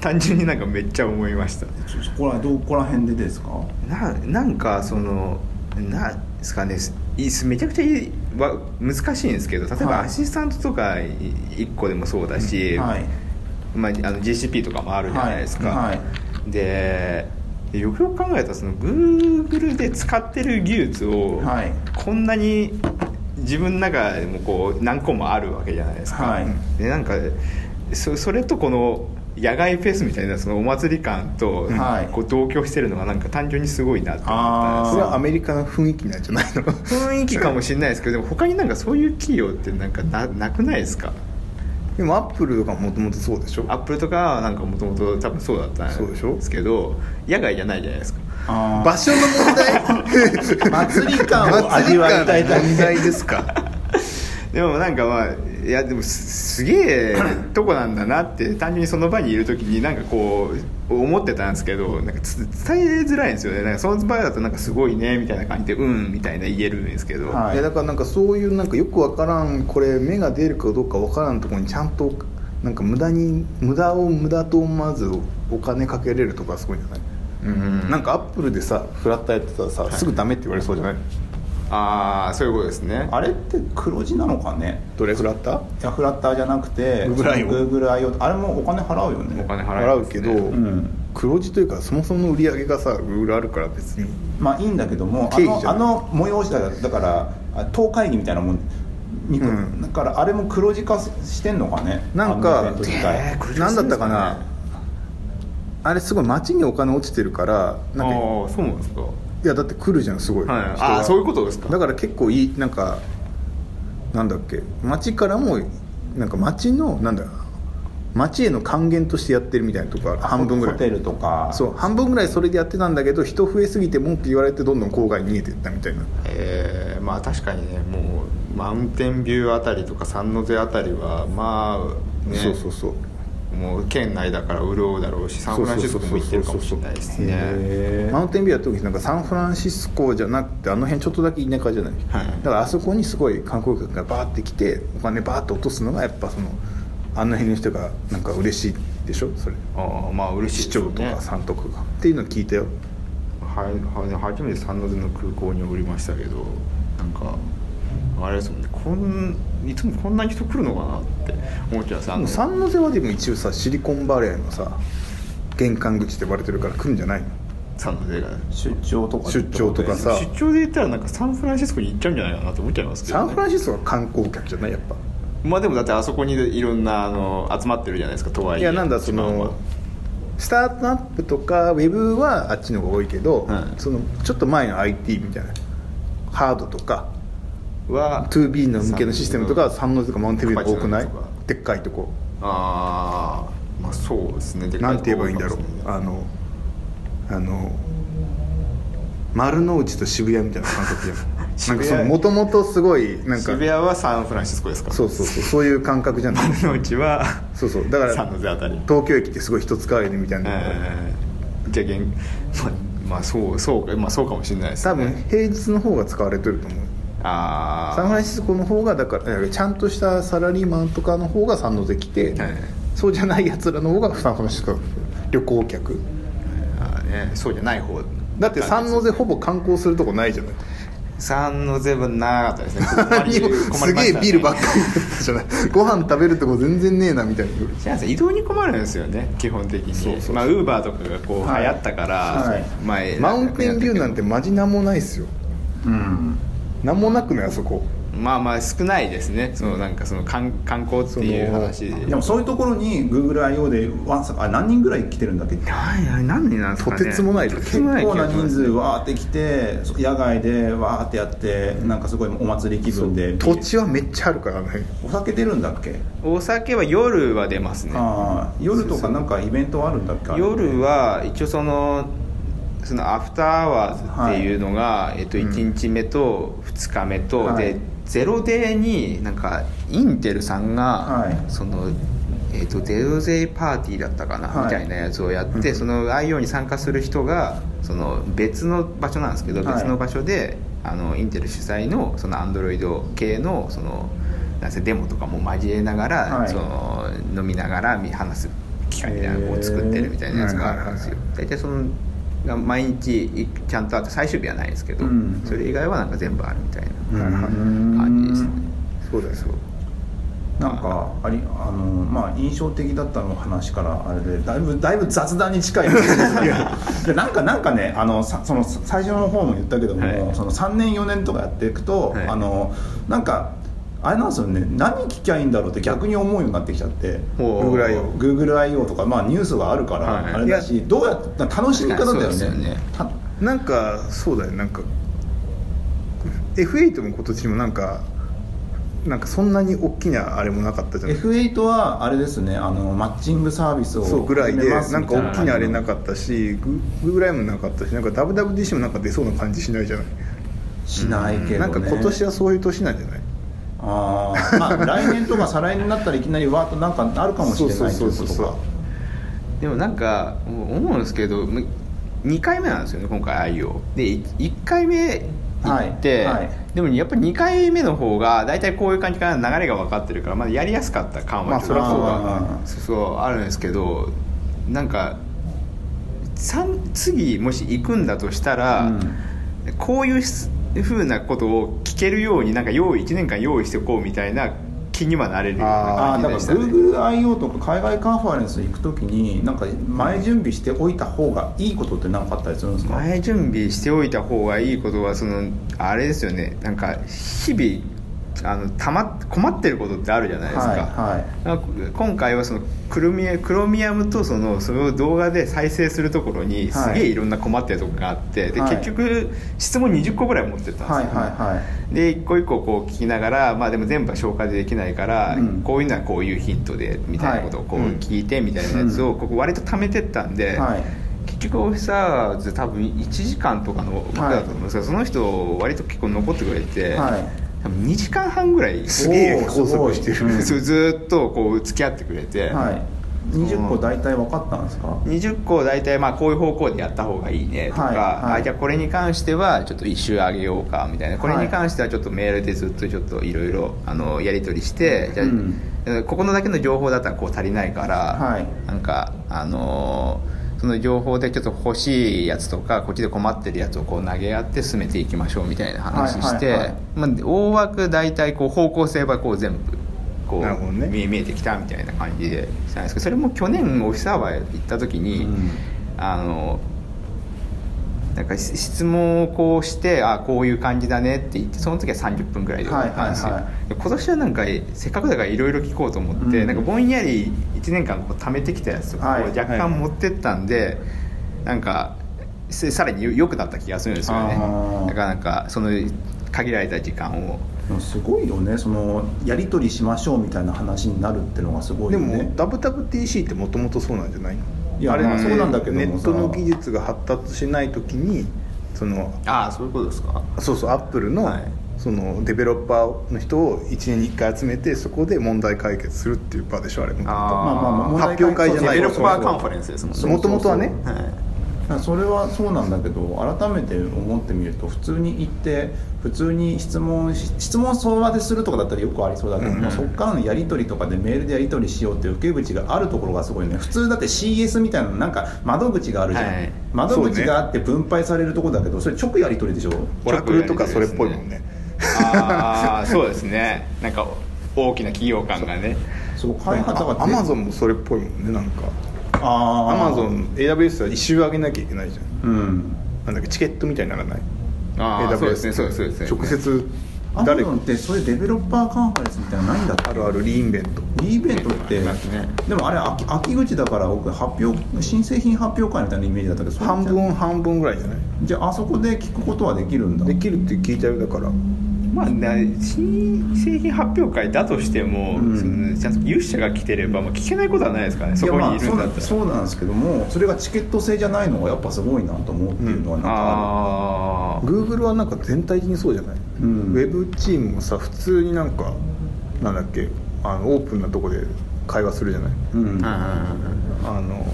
単純になんかめっちゃ思いました
そこらどこら辺でですか
ななんかそのなんですかねいめちゃくちゃいいわ難しいんですけど例えば
はい
アシスタントとか1個でもそうだし、
はい
まあ、あの GCP とかもあるじゃないですか、
はいは
ででよくよく考えたらその Google で使ってる技術を、
はい
こんなに自分の中でもこう何個もあるわけじゃないですか、
はい
でなんかそそれとこの野外フェスみたいなそのお祭り感と、
はい
こう同居してるのがなんか単純にすごいなと思ったん
あー
です
それはアメリカの雰囲気なんじゃないの
雰囲気かもしれないですけどでも他になんかそういう企業ってなんかななくないですか
でもアップルとかもともとそうでしょ
アップルとかなんかもともと多分そうだった
そうでしょ
んですけど野外じゃないじゃないですか
あ
場所の問 題
祭り感を味わいたいだけ
祭り感の問題ですか
でもなんかまあいやでもすすげえとこなんだなって単純にその場にいる時になんかこう思ってたんですけどなんかつ伝えづらいんですよねなんかその場合だとなんかすごいねみたいな感じでうんみたいな言えるんですけ ど、
はい
いやだからなんかそういうなんかよくわからんこれ目が出るかどうかわからんところにちゃんとなんか無駄に無駄を無駄と思わずお金かけれるとかすごいんじゃない
うん
なんかアップルでさフラッターやってたらさ、すぐダメって言われそうじゃない
ああそういうことですね
あれって黒字なのかね
どれフラッター
いやフラッターじゃなくて
Google I/O
Google I/O あれもお金払うよね
お金払
払
いま
う
すね
けど、
うん
黒字というかそもそもの売り上げがさ Google あるから別に
まあいいんだけどもあ
経費じ
の
ゃん
あの催しだからだからあ党会議みたいなもんに
うん
だからあれも黒字化してんのかね
なんか
あのイベント自体
えー黒字
何だったか
す
な
るんで
あれすごい街にお金落ちてるから
あ
な
あ
んか
ーそうなんですかはい
いやだって来るじゃんすごい、人が
ああそういうことですか
だから結構いいなんかなんだっけ町からもなんか町のなんだ町への還元としてやってるみたいなとこある半分ぐら
ホテ
い
ルとか
そう半分ぐらいそれでやってたんだけど人増えすぎて文句言われてどんどん郊外に逃げていったみたいな
えーまあ確かにねもうマウンテンビューあたりとか三ノ瀬あたりはまあね
そうそうそう
もう県内だから潤うだろうしサンフランシスコも行ってるかもしれないです
へ
ね
え
マウンテンビューやった時なんかサンフランシスコじゃなくてあの辺ちょっとだけ田舎じゃない、
はい
だからあそこにすごい観光客がバーって来てお金バーって落とすのがやっぱそのあの辺の人がなんか嬉しいでしょそれ
ああまあ嬉しい
市
です
長
よ
と
ね
か三徳が、っていうの聞いたよ
はいはい初めて三ノ瀬の空港に降りましたけどなんかあれですもんねこんいつもこんなに人来るのかなって思っちゃうんですあ
も
の
う三ノ瀬はでも一応さシリコンバレーのさ玄関口って呼ばれてるから来るんじゃないの
三ノ瀬が
出張とかってこと
出張とかさ
出張で言ったらなんかサンフランシスコに行っちゃうんじゃないかなと思っちゃいますけど、
サ
ね、
ンフランシスコは観光客じゃないやっぱ
まあでもだってあそこにいろんなあの集まってるじゃないですかとはいえ
いやなんだそ
一番は
のスタートアップとかウェブはあっちの方が多いけど、
はい
そのちょっと前の IT みたいなハードとか
は
2B の向けのシステムとか三ノ瀬とかマウンテンビューとか多くない
高いじゃないです
でっかいとこ
ああまあそうですねでか
ないんて言えばいいんだろうあのあの丸の内と渋谷みたいな感 覚じゃんなんかそのもともとすごいなんか
渋谷はサンフランシスコですか
そうそうそうそういう感覚じゃ ない
丸の内は
そうそうだから
三ノ瀬あたり
東京駅ってすごい人使われるみたいな、
えーじゃあ現まあまあそうそうかまあそうかもしれないですね
多分平日の方が使われてると思う
あ
サンフ
あ
ランシスコの方がだからちゃんとしたサラリーマンとかの方が三ノ瀬来て、
はい
そうじゃないやつらの方がサンフランシスコ旅行客
あーねそうじゃない方
だって三ノ瀬ほぼ観光するとこないじゃない
三ノ瀬はなかった ですね困り
何も
困り
す
ま
げえ
したね
ビールばっかりだったじ ゃないご飯食べるとこ全然ねえなみたいな
なんせ移動に困るんですよね基本的にまあウーバーとかがこう流
はい
行ったから、
はい
前
マウンテンビューなんてマジなんもないっすよ
うん
なんもなくないあそこ
まあまあ少ないですねそのなんかその観観光っていう話で
でもそういうところに GoogleIO でわんさかあ何人ぐらい来てるんだっけ
何何人なんですかね
とてつもない
とてつ
結
もない
構
気
な
がしま
人
す
数わーって来てそ野外でわーってやってなんかすごいお祭り気分で
土地はめっちゃあるからあの辺
お酒出るんだっけ
お酒は夜は出ますね
ああ夜とかなんかイベントあるんだっけあれ
夜は一応そのそのアフターアワーズっていうのが、えっと、1日目と2日目と、
はい
でゼロデーになんかインテルさんが、
はい
その。えっとゼロデイパーティーだったかな、
はい
みたいなやつをやって、その IO に参加する人がその別の場所なんですけど、
はい
別の場所であのインテル主催のそのアンドロイド系のそのなんせデモとかも交えながら、
はい
その飲みながらみ話す機会みたいなのを作ってるみたいなやつがあるんですよ大体そのが毎日いちゃんとあって最終日はないですけど、
うん
それ以外はなんか全部あるみたいな
うん
感じですね、
そうだよ
なんかありあの、まあ、印象的だったの話からあれでだいぶだいぶ雑談に 近いでなんかなんかねあのさその最初の方も言ったけども、
はい
その3年4年とかやっていくと、
はい
あのなんかあれなんですよね何聞きゃいいんだろうって逆に思うようになってきちゃって。
ほう
Google
GoogleIO とか、まあ、ニュースがあるから、
はい
あれだしどうやっ楽しみ方だよ
そうです
ね
よね
た
なんかそうだよなんか F8 も今年もなんかなんかそんなに大きなあれもなかったじゃない
F8 はあれですねあのマッチングサービスを
そうぐらいで
始め
な
ます
ん
み
か
た
大きなあれな
か
かったしググーグライもなかったしなんか WWDC もなんか出そうな感じしないじゃない、
しないけど、ね、
なんか今年はそういう年なんじゃない
あー まあ来年とか再来年になったらいきなりわーっとなんかあるかもしれないって
そ
いうう
そ
こ
う
と
そう
か
そ
でもなんか思うんですけどむ2回目なんですよね今回 IO でい1回目行って、
はいはい
でもやっぱり2回目の方が大体こういう感じから流れが分かってるからまだやりやすかった感
ま
は
あ
ち
そ
ょっ
り
と
ゃそうだ
な
そうそうあるんですけどなんかさん次もし行くんだとしたら、こういうすふうなことを聞けるようになんか用意1年間用意しておこうみたいな気にはなれるような
ああ
感
ー
じ
だ
で
か
した
ら
ね
GoogleIO とか海外カンファレンス行くときになんか前準備しておいた方がいいことって何かあったりするんですか、
前準備しておいた方がいいことはそのあれですよねなんか日々あのたま困ってることってあるじゃないですか、
はいはい
なんか今回はそのクロミアクロミアムとそのそれを動画で再生するところに
は
す
い
げえいろんな困ってるとこがあって、で
はい
結局質問20個ぐらい持ってたんですよ、
はいはいはい
で一個一個こう聞きながら、まあ、でも全部は消化できないから、
うん
こういうのはこういうヒントでみたいなことをこう
はいうん
聞いてみたいなやつをここ割と貯めてったんで、
はい
結局オフィサーズ多分1時間とかの枠だと思うんですけど、その人割と結構残ってくれて、
はい
多分2時間半ぐらい
すげえ
おーすごい
拘束してる
うん
そうずっとこう付き合ってくれて、
はい、20個大体分かったんですか
20個大体まあこういう方向でやった方がいいねとか、
はいはい
あじゃあこれに関してはちょっと一周あげようかみたいなこれに関してはちょっとメールでずっとちょっといろいろあのやり取りしてじゃあ、
うん
えーここのだけの情報だったらこう足りないから、
はい
なんかあのーその情報でちょっと欲しいやつとかこっちで困ってるやつをこう投げ合って進めていきましょうみたいな話して、
はいはいはい
まあ、大枠大体こう方向性はこう全部こ
なるほど
う、
ね
見見えてきたみたいな感じでしたんですけどそれも去年オフィスアワー行った時に、
うん
あのなんかし質問をこうしてあこういう感じだねって言ってその時は30分ぐらいで終わったんですよ、
はいはいは
今年はなんかせっかくだからいろいろ聞こうと思って、
うん
なんかぼんやり1年間こう貯めてきたやつをこう
はい
若干持ってったんで、なんかせさらに良くなった気がするんですよね
あー
なかなかその限られた時間を
でもすごいよねそのやり取りしましょうみたいな話になるってのがすごい
で
よ
も
ね
WWDC ってもともとそうなんじゃないの
いや
あれ
まあ
って
そうなんだけども
ネ
さ
ットの技術が発達しない時にその
ああそういうことですか
そうそうアップルの,、
はい
そのデベロッパーの人を1年に1回集めてそこで問題解決するっていう場でしょあれも
あ
まあまあまあ
ー
問題
発表会じゃない
そう
デベロッパー
そうそう
ァレンスですも
もともとはね
はい
まあそれはそうなんだけど改めて思ってみると普通に行って普通に質問し質問相場でするとかだったらよくありそうだけど、
うん
もうそこからのやり取りとかでメールでやり取りしようっていう受け口があるところがすごいね普通だって CS みたいなのなんか窓口があるじゃん、
はい
窓
そう
口
ね
があって分配されるところだけどそれ直やり取りでしょ
オラクルとかそれっぽいもんね
ああそうですねなんか大きな企業感がね
そう開発が
アマゾンもそれっぽいもんねなんかア
あ
マゾン AWS は一周上げなきゃいけないじゃ
う
ん
ん
なんだっけチケットみたいにならない
あー
AWS
そうですねそうですそうです
直接
アマ
誰
ゾ
か
ンってそういうデベロッパーカンファレンスみたいなのないんだって
あるあるリーンベント
e ベントって、
ますね
でもあれ秋秋口だから僕発表新製品発表会みたいなイメージだったけどそれじゃ
半分半分ぐらいじゃない
じゃああそこで聞くことはできるんだ
できるって聞いたよだから
まあな新製品発表会だとしても、
うん
そのちゃんと有志者が来てれば、まあ、聞けないことはないですからねそ
や
こに
ま
い
あ
るんだったら、
そうそうなんですけどもそれがチケット制じゃないのがやっぱすごいなと思うっていうのはなんかある、
ああ
Google はなんか全体的にそうじゃない、
うん
ウェブチームもさ普通になんかなんだっけあのオープンなとこで会話するじゃない
うんなんか
あ
あの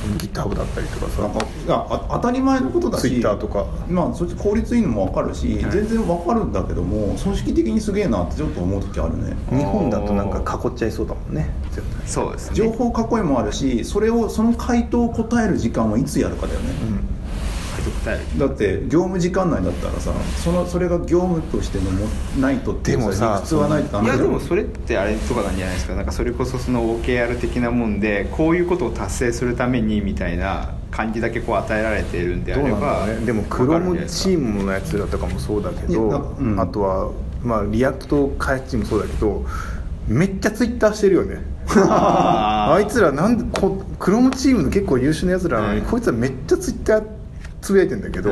その GitHub だったりとかさ
いやあ当たり前のことだし
Twitter とか
まあそっち効率いいのも分かるし、全然分かるんだけども組織的にすげえなってちょっと思う時あるね
日本だとなんか囲っちゃいそうだもんね絶対
そうですね
情報囲いもあるしそれをその回答を答える時間はいつやるかだよね、
うん
スタイル
だって業務時間内だったらさそのそれが業務としてのもないとって
でもさ
理屈はないとダ
い
メ
や
だ
で
よ
もそれってあれとかなんじゃないですかなんかそれこそその OKR 的なもんでこういうことを達成するためにみたいな感じだけこう与えられているんであ
どう
れ
なんだ
ば
ろうねでもクロムチームのやつらとかもそうだけ
いや
ど
なんかうん
あとは、まあ、リアクト開発チームもそうだけどめっちゃツイッターしてるよねあ
あ
いつらなんでこクロムチームの結構優秀なやつらなのに、
うん
こいつらめっちゃツイッターつぶやいてんだけど、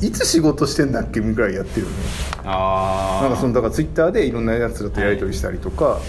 いつ仕事してんだっけぐらいやってるよね
あー
なんかそのだからツイッターでいろんなやつらとやり取りしたりとか、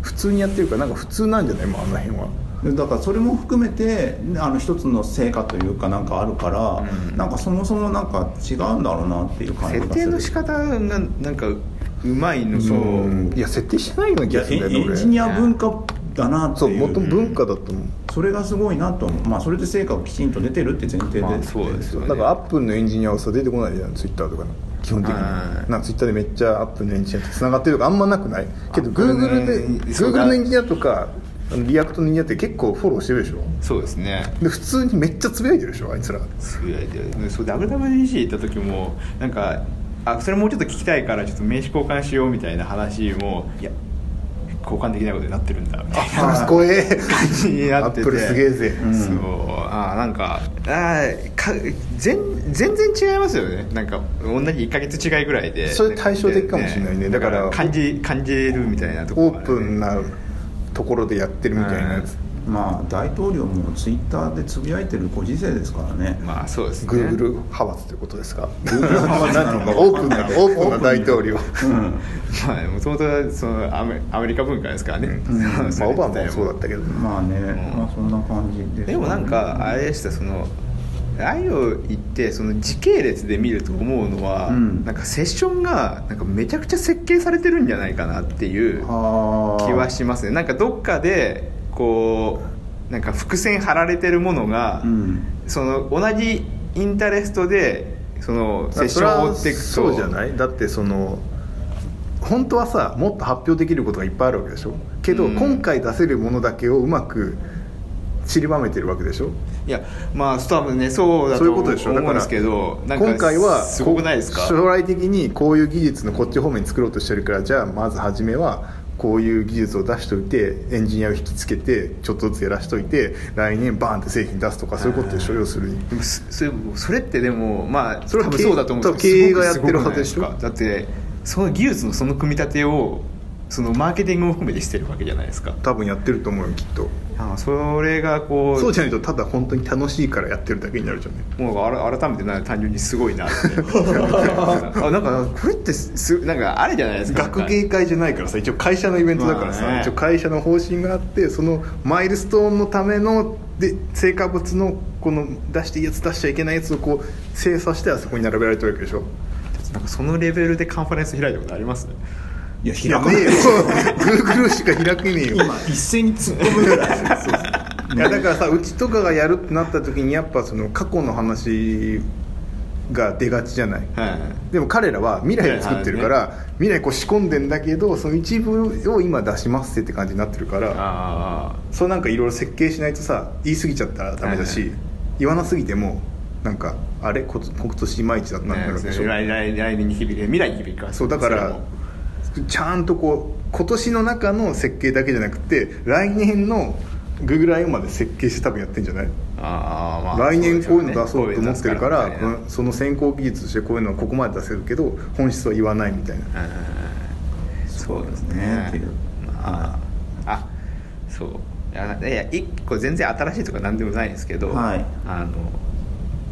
普通にやってるからなんか普通なんじゃないもうあの辺は
だからそれも含めてあの一つの成果というかなんかあるから、
うん
なんかそもそもなんか違うんだろうなっていう感じがする
設定の仕方がなんかうまいのと
うんいや設定してないような気がす
い
るん
や
だ
エン
よね
エンジニア文化だなって
そう
いう
元々文化だと思う、
それがすごいなと思う、まあ、それで成果がきちんと出てるって前提で、
まあそうですよね
だからアップルのエンジニアはさ出てこないじゃんツイッターとかの基本的に
はい
なんかツイッターでめっちゃアップルのエンジニアとつながってるとかあんまなくないけどグーグルで
Apple ね
グーグルのエンジニアとかあのリアクトのエンジニアって結構フォローしてるでしょ
そうですね
で普通にめっちゃつぶやいてるでしょあいつら
そういやいやそう WWDC 行った時もなんかあそれもうちょっと聞きたいからちょっと名刺交換しようみたいな話もいや交換できないことになってるんだみたいな
あそこ え
感じになってて
アップルすげえぜ
うんそうあーなんかあーか全全然違いますよねなんか同じ1か月違いぐらいで
それ対照的かもしれないねだから
感じ感じるみたいなとこ
オ
ろが
ー
ある
プンなところでやってるみたいなやつ、
まあ大統領もツイッターでつぶやいてるご時世ですからね
まあそうですね
グーグル派閥ということですか
なのか
オープンなオープンな大統 領
うん
まあもともとそのアメアメリカ文化ですからね、
ま
そ
あ
れ
オバマ
自体
もそうだったけど
まあね、
ん
まあそんな感じですね
でもなんかあれでしたそのあいを言ってその時系列で見ると思うのは、
うん
なんかセッションがなんかめちゃくちゃ設計されてるんじゃないかなっていう
あー
気はしますねなんかどっかでこうなんか伏線張られてるものが、
うん
その同じインタレストでそのセッションを追っていくと
それはそうじゃないだってその本当はさもっと発表できることがいっぱいあるわけでしょけど、
うん
今回出せるものだけをうまく散りばめてるわけでしょ
いやまあ多分ねそうだ
そういう
と
こ
思
と
う
でしょだ
ん
か
で
ら
すけどなんか
今回は
すごくないですか
こ将来的にこういう技術のこっち方面に作ろうとしてるからじゃあまず初めはこういう技術を出しておいてエンジニアを引きつけてちょっとずつやらしておいて来年バーンって製品出すとかそういうことでしょ要するに
でもすそれそれってでもまあ
それは
多分そうだと思うんです
経営
すごく
がやってるはずでしょ
すごくないですかだってその技術のその組み立てをそのマーケティングも含めてしてるわけじゃないですか
多分やってると思うよきっと
あそれがこう
そうじゃないとただ本当に楽しいからやってるだけになるじゃない
もうあら改めてな単純にすごいなって あなんかこれってすすなんかあれじゃないですか
学芸会じゃないからさ一応会社のイベントだからさ、
まあね
一応会社の方針があってそのマイルストーンのためので成果物のこの出していいやつ出しちゃいけないやつをこう精査してあそこに並べられてるわけでしょ
なんかそのレベルでカンファレンス開いたことあります
いや
いや
開か
ね
な
え
い
よ Google しか開けねえよ
今一斉に 突っ込むぐらい
いやだからさうちとかがやるってなった時にやっぱその過去の話が出がちじゃない
はい
でも彼らは未来を作ってるから、未来こう仕込んでんだけどその一部を今出しますってって感じになってるから
あ
そうなんかいろいろ設計しないとさ言い過ぎちゃったらダメだし、
はいはい
言わなすぎてもなんかあれこ今年いまいちだったな
あ、
ってな
ね
るわけでしょ、
来来来年に響く未来に響く
そうだか
それ
ら
も
ちゃんとこう今年の中の設計だけじゃなくて来年の GoogleIO まで設計して多分やってんじゃない
あーまあ
来年こういうの出
そ
そうう
で
と
すよね
思ってるから
こういうの出すからみたいな
うんその先行技術としてこういうのはここまで出せるけど本質は言わないみたいな
うんそうです
ね
ね
っていう
まああそういやいや一個全然新しいとか何でもないんですけど、
はい
あの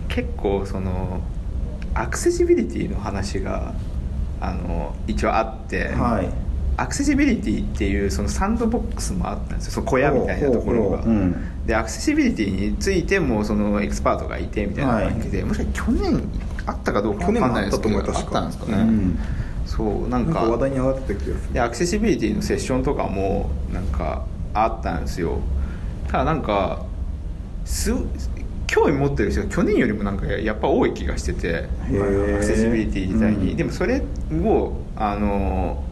結構そのアクセシビリティの話があの一応あって、
はい
アクセシビリティっていうそのサンドボックスもあったんですよその小屋みたいなところが
ほうほうほううん
でアクセシビリティについてもそのエキスパートがいてみたいな感じで、もしかしたら去年あったかどうかわかんないですけど
去年もあったと思
あ
う
ったんですか
確か
ね、
うん
そうなん
なん
か
か話題に上がってた気がする
でアクセシビリティのセッションとかもなんかあったんですよただなんかす興味持ってる人が去年よりもなんかやっぱ多い気がしてて
ー
アクセシビリティ自体に、
うん
でもそれをあの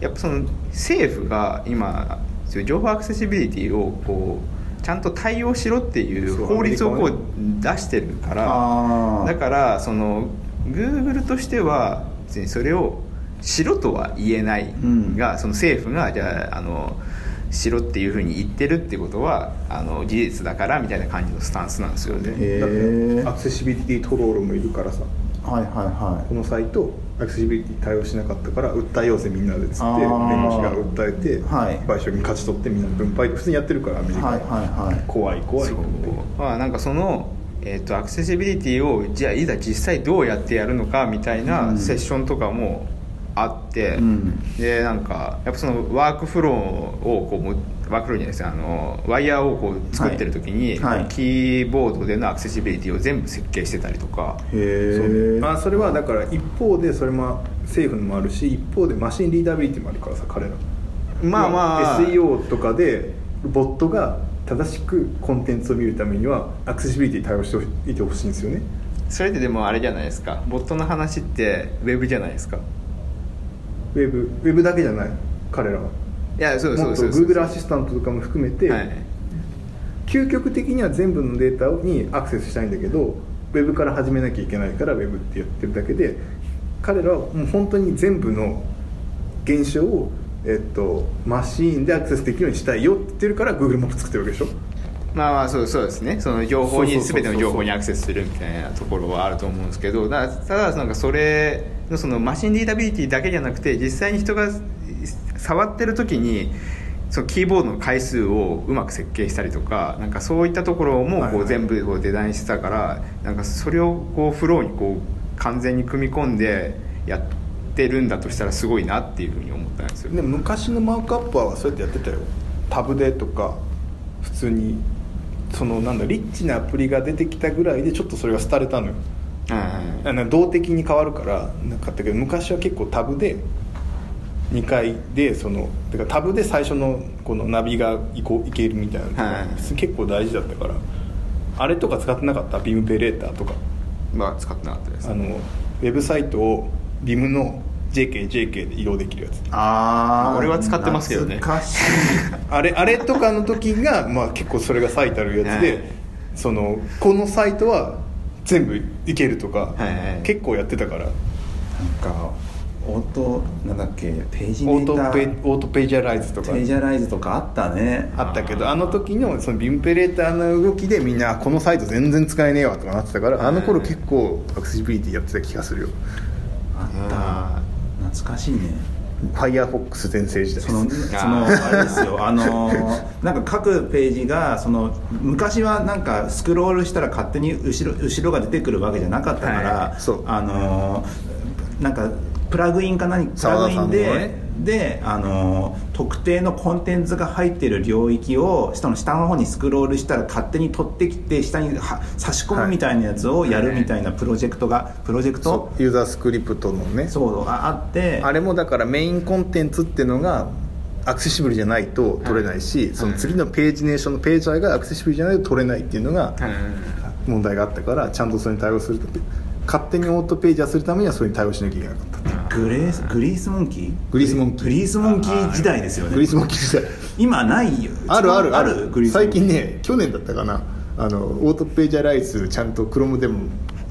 やっぱその政府が今情報アクセシビリティをこうちゃんと対応しろっていう
そう
法律をこ
アメ
う
リ
出してるから
あ
だ
ー
からその Google としては別にそれをしろとは言えない
ん
が、その政府がじゃああのしろっていうふうに言ってるってことはあの事実だからみたいな感じのスタンスなんですよね。
へ
だってア
ー
クセシビリティトロールもいるからさ
はいはいは
このサイトアクセシビリティ対応しなかったから訴えようぜみんなでっつって
あー
弁護士が訴えて、
はい
賠償金勝ち取ってみんな分配って普通にやってるからアメリ
い
カ
はいはいはい
怖い怖い
そう
と思って
まあなんかその、えー、とアクセシビリティをじゃあいざ実際どうやってやるのかみたいなセッションとかもあって、
うん
でなんかやっぱそのワークフローをこうもワークフローじゃないですねあのワイヤーをこう作ってる時に、
はいはい
キーボードでのアクセシビリティを全部設計してたりとか
へえ
まあ、それはだから一方でそれも政府のもあるし一方でマシンリーダビリティもあるからさ彼ら
まあまあ
SEO とかでボットが正しくコンテンツを見るためにはアクセシビリティに対応してほしいてほしいんですよね
それってでもあれじゃないですかボットの話ってウェブじゃないですか
ウェブウェブだけじゃない彼らはい
やそうそ
も
う
っと
そうそう
Google アシスタントとかも含めて、
はい
究極的には全部のデータにアクセスしたいんだけどウェブから始めなきゃいけないからウェブってやってるだけで彼らはもう本当に全部の現象を、えっと、マシーンでアクセスできるようにしたいよって言ってるから Google マップ作ってるわけでしょ
まあまあそうそうですねその情報に
そうそうそうそう
全ての情報にアクセスするみたいなところはあると思うんですけどだただなんかそれのそのマシンリーダビリティだけじゃなくて実際に人が触ってる時にそのキーボードの回数をうまく設計したりとかなんかそういったところも
はい
こ
は
う
い
全部こうデザインしてたから、なんかそれをこうフローにこう完全に組み込んでやってるんだとしたらすごいなっていうふうに思ったんですよね。
でも昔のマークアップはそうやってやってたよタブでとか普通にそのなんだリッチなアプリが出てきたぐらいでちょっとそれが廃れたのよ
うんうん
あの動的に変わるからなかったけど昔は結構タブで2回でそのだからタブで最初のこのナビがいこういけるみたいなのが、
はい
結構大事だったからあれとか使ってなかったビームペレーターとか
まあ使ってなかったです
あのウェブサイトをビームの JKJK で移動できるや つ
ああ
俺は使ってますけどね
懐かしい
あれあれとかの時が、まあ、結構それが最たるやつで、
はい
そのこのサイトは全部いけるとか、
はいはい
結構やってたから
なんかオートなんだっけページ
オ
ネ
ー
タ
トペ
ー
オートページャライズと
ペ
か
ージャライズとかあったね
あったけどあの時のそのビンペレーターの動きでみんなこのサイト全然使えねえわとかなってたからあの頃結構アクセシビリティやってた気がするよ
あった懐かしいね
Firefox 全盛時代
そのそのあれです よあのーなんか各ページがその昔はなんかスクロールしたら勝手に後ろ後ろが出てくるわけじゃなかったから、
は
そう
あのーなんかプラグインか何プラ
沢
グ
田
イ
さん
ン
の
で、
ね
であのー特定のコンテンツが入ってる領域を下の下の方にスクロールしたら勝手に取ってきて下には差し込むみたいなやつをやるみたいなプロジェクトが、プロジェクト
ユーザースクリプトのね
そうがあって
あれもだからメインコンテンツっていうのがアクセシブルじゃないと取れないし、その次のページネーションのページャーがアクセシブルじゃないと取れないっていうのが問題があったからちゃんとそれに対応すると勝手にオートページャーするためにはそれに対応しなきゃいけなかった
グレースグリースモンキー
グリースモンキー
グリースモンキー時代ですよ
グリ
ね
ースモンキー時代
今ないよ
あるある
あ
あ
る
る
グリースモン
最
キー
近ね去年だったかなあのオートページャーライズちゃんと Chrome でも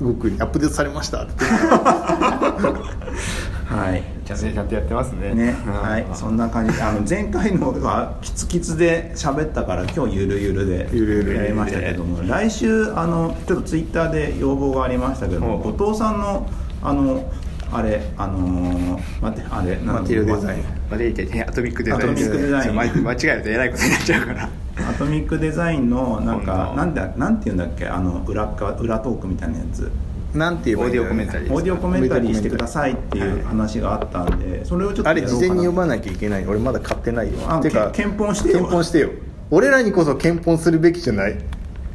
動くようにアップデートされましたって
はい
ちゃんとちゃんとやってますね
ね、
うん
はい、そんな感じあの前回のはキツキツで喋ったから今日ゆるゆるで
ゆるゆるで
やりましたけども来週あのちょっとツイッターで要望がありましたけども
ほう
後藤さんのあのあれあのー待ってあれなんだ
マテリアルデザイン
まあ、でアトミックデザイ
ア
ン
トミックデザイン
ま間違えるとえらいことになっちゃ うから
アトミックデザインのなん
今
か
度
なんだなんていうんだっけあの裏っか裏トークみたいなやつ
なんて言えばいいんだろうね
オーディオコメンタリー
オーディオコメンタリーしてくださいっていう話があったんでそれをちょっと
あれ
や
事前
ろうか
に
な
読まなきゃいけない俺まだ買ってないよ
あ
てか
け検討してよ
検討してよ俺らにこそ検討するべきじゃない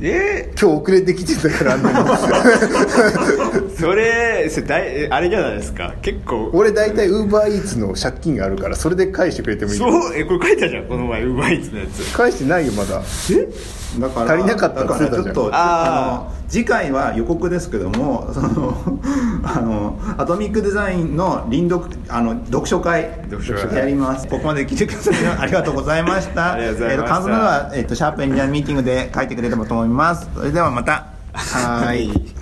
え
今日遅れてきてたからあんなの
ー、それそれだいあれじゃないですか結構
俺大体ウーバーイーツの借金があるからそれで返してくれてもいいよ
そうえこれ書いたじゃんこの前ウーバーイーツのやつ
返してないよまだ
え
だから
足りなかった
だからちょっと
あー
あの次回は予告ですけども そのあのアトミックデザインの臨読あの読書会
読書会
やりますここまで聞いてくださりありがとうございました
ありがとうございました
えーと感 想などは、えー、とシャープエンジニアミーティングで書いてくれればと思いますそれではまたはーい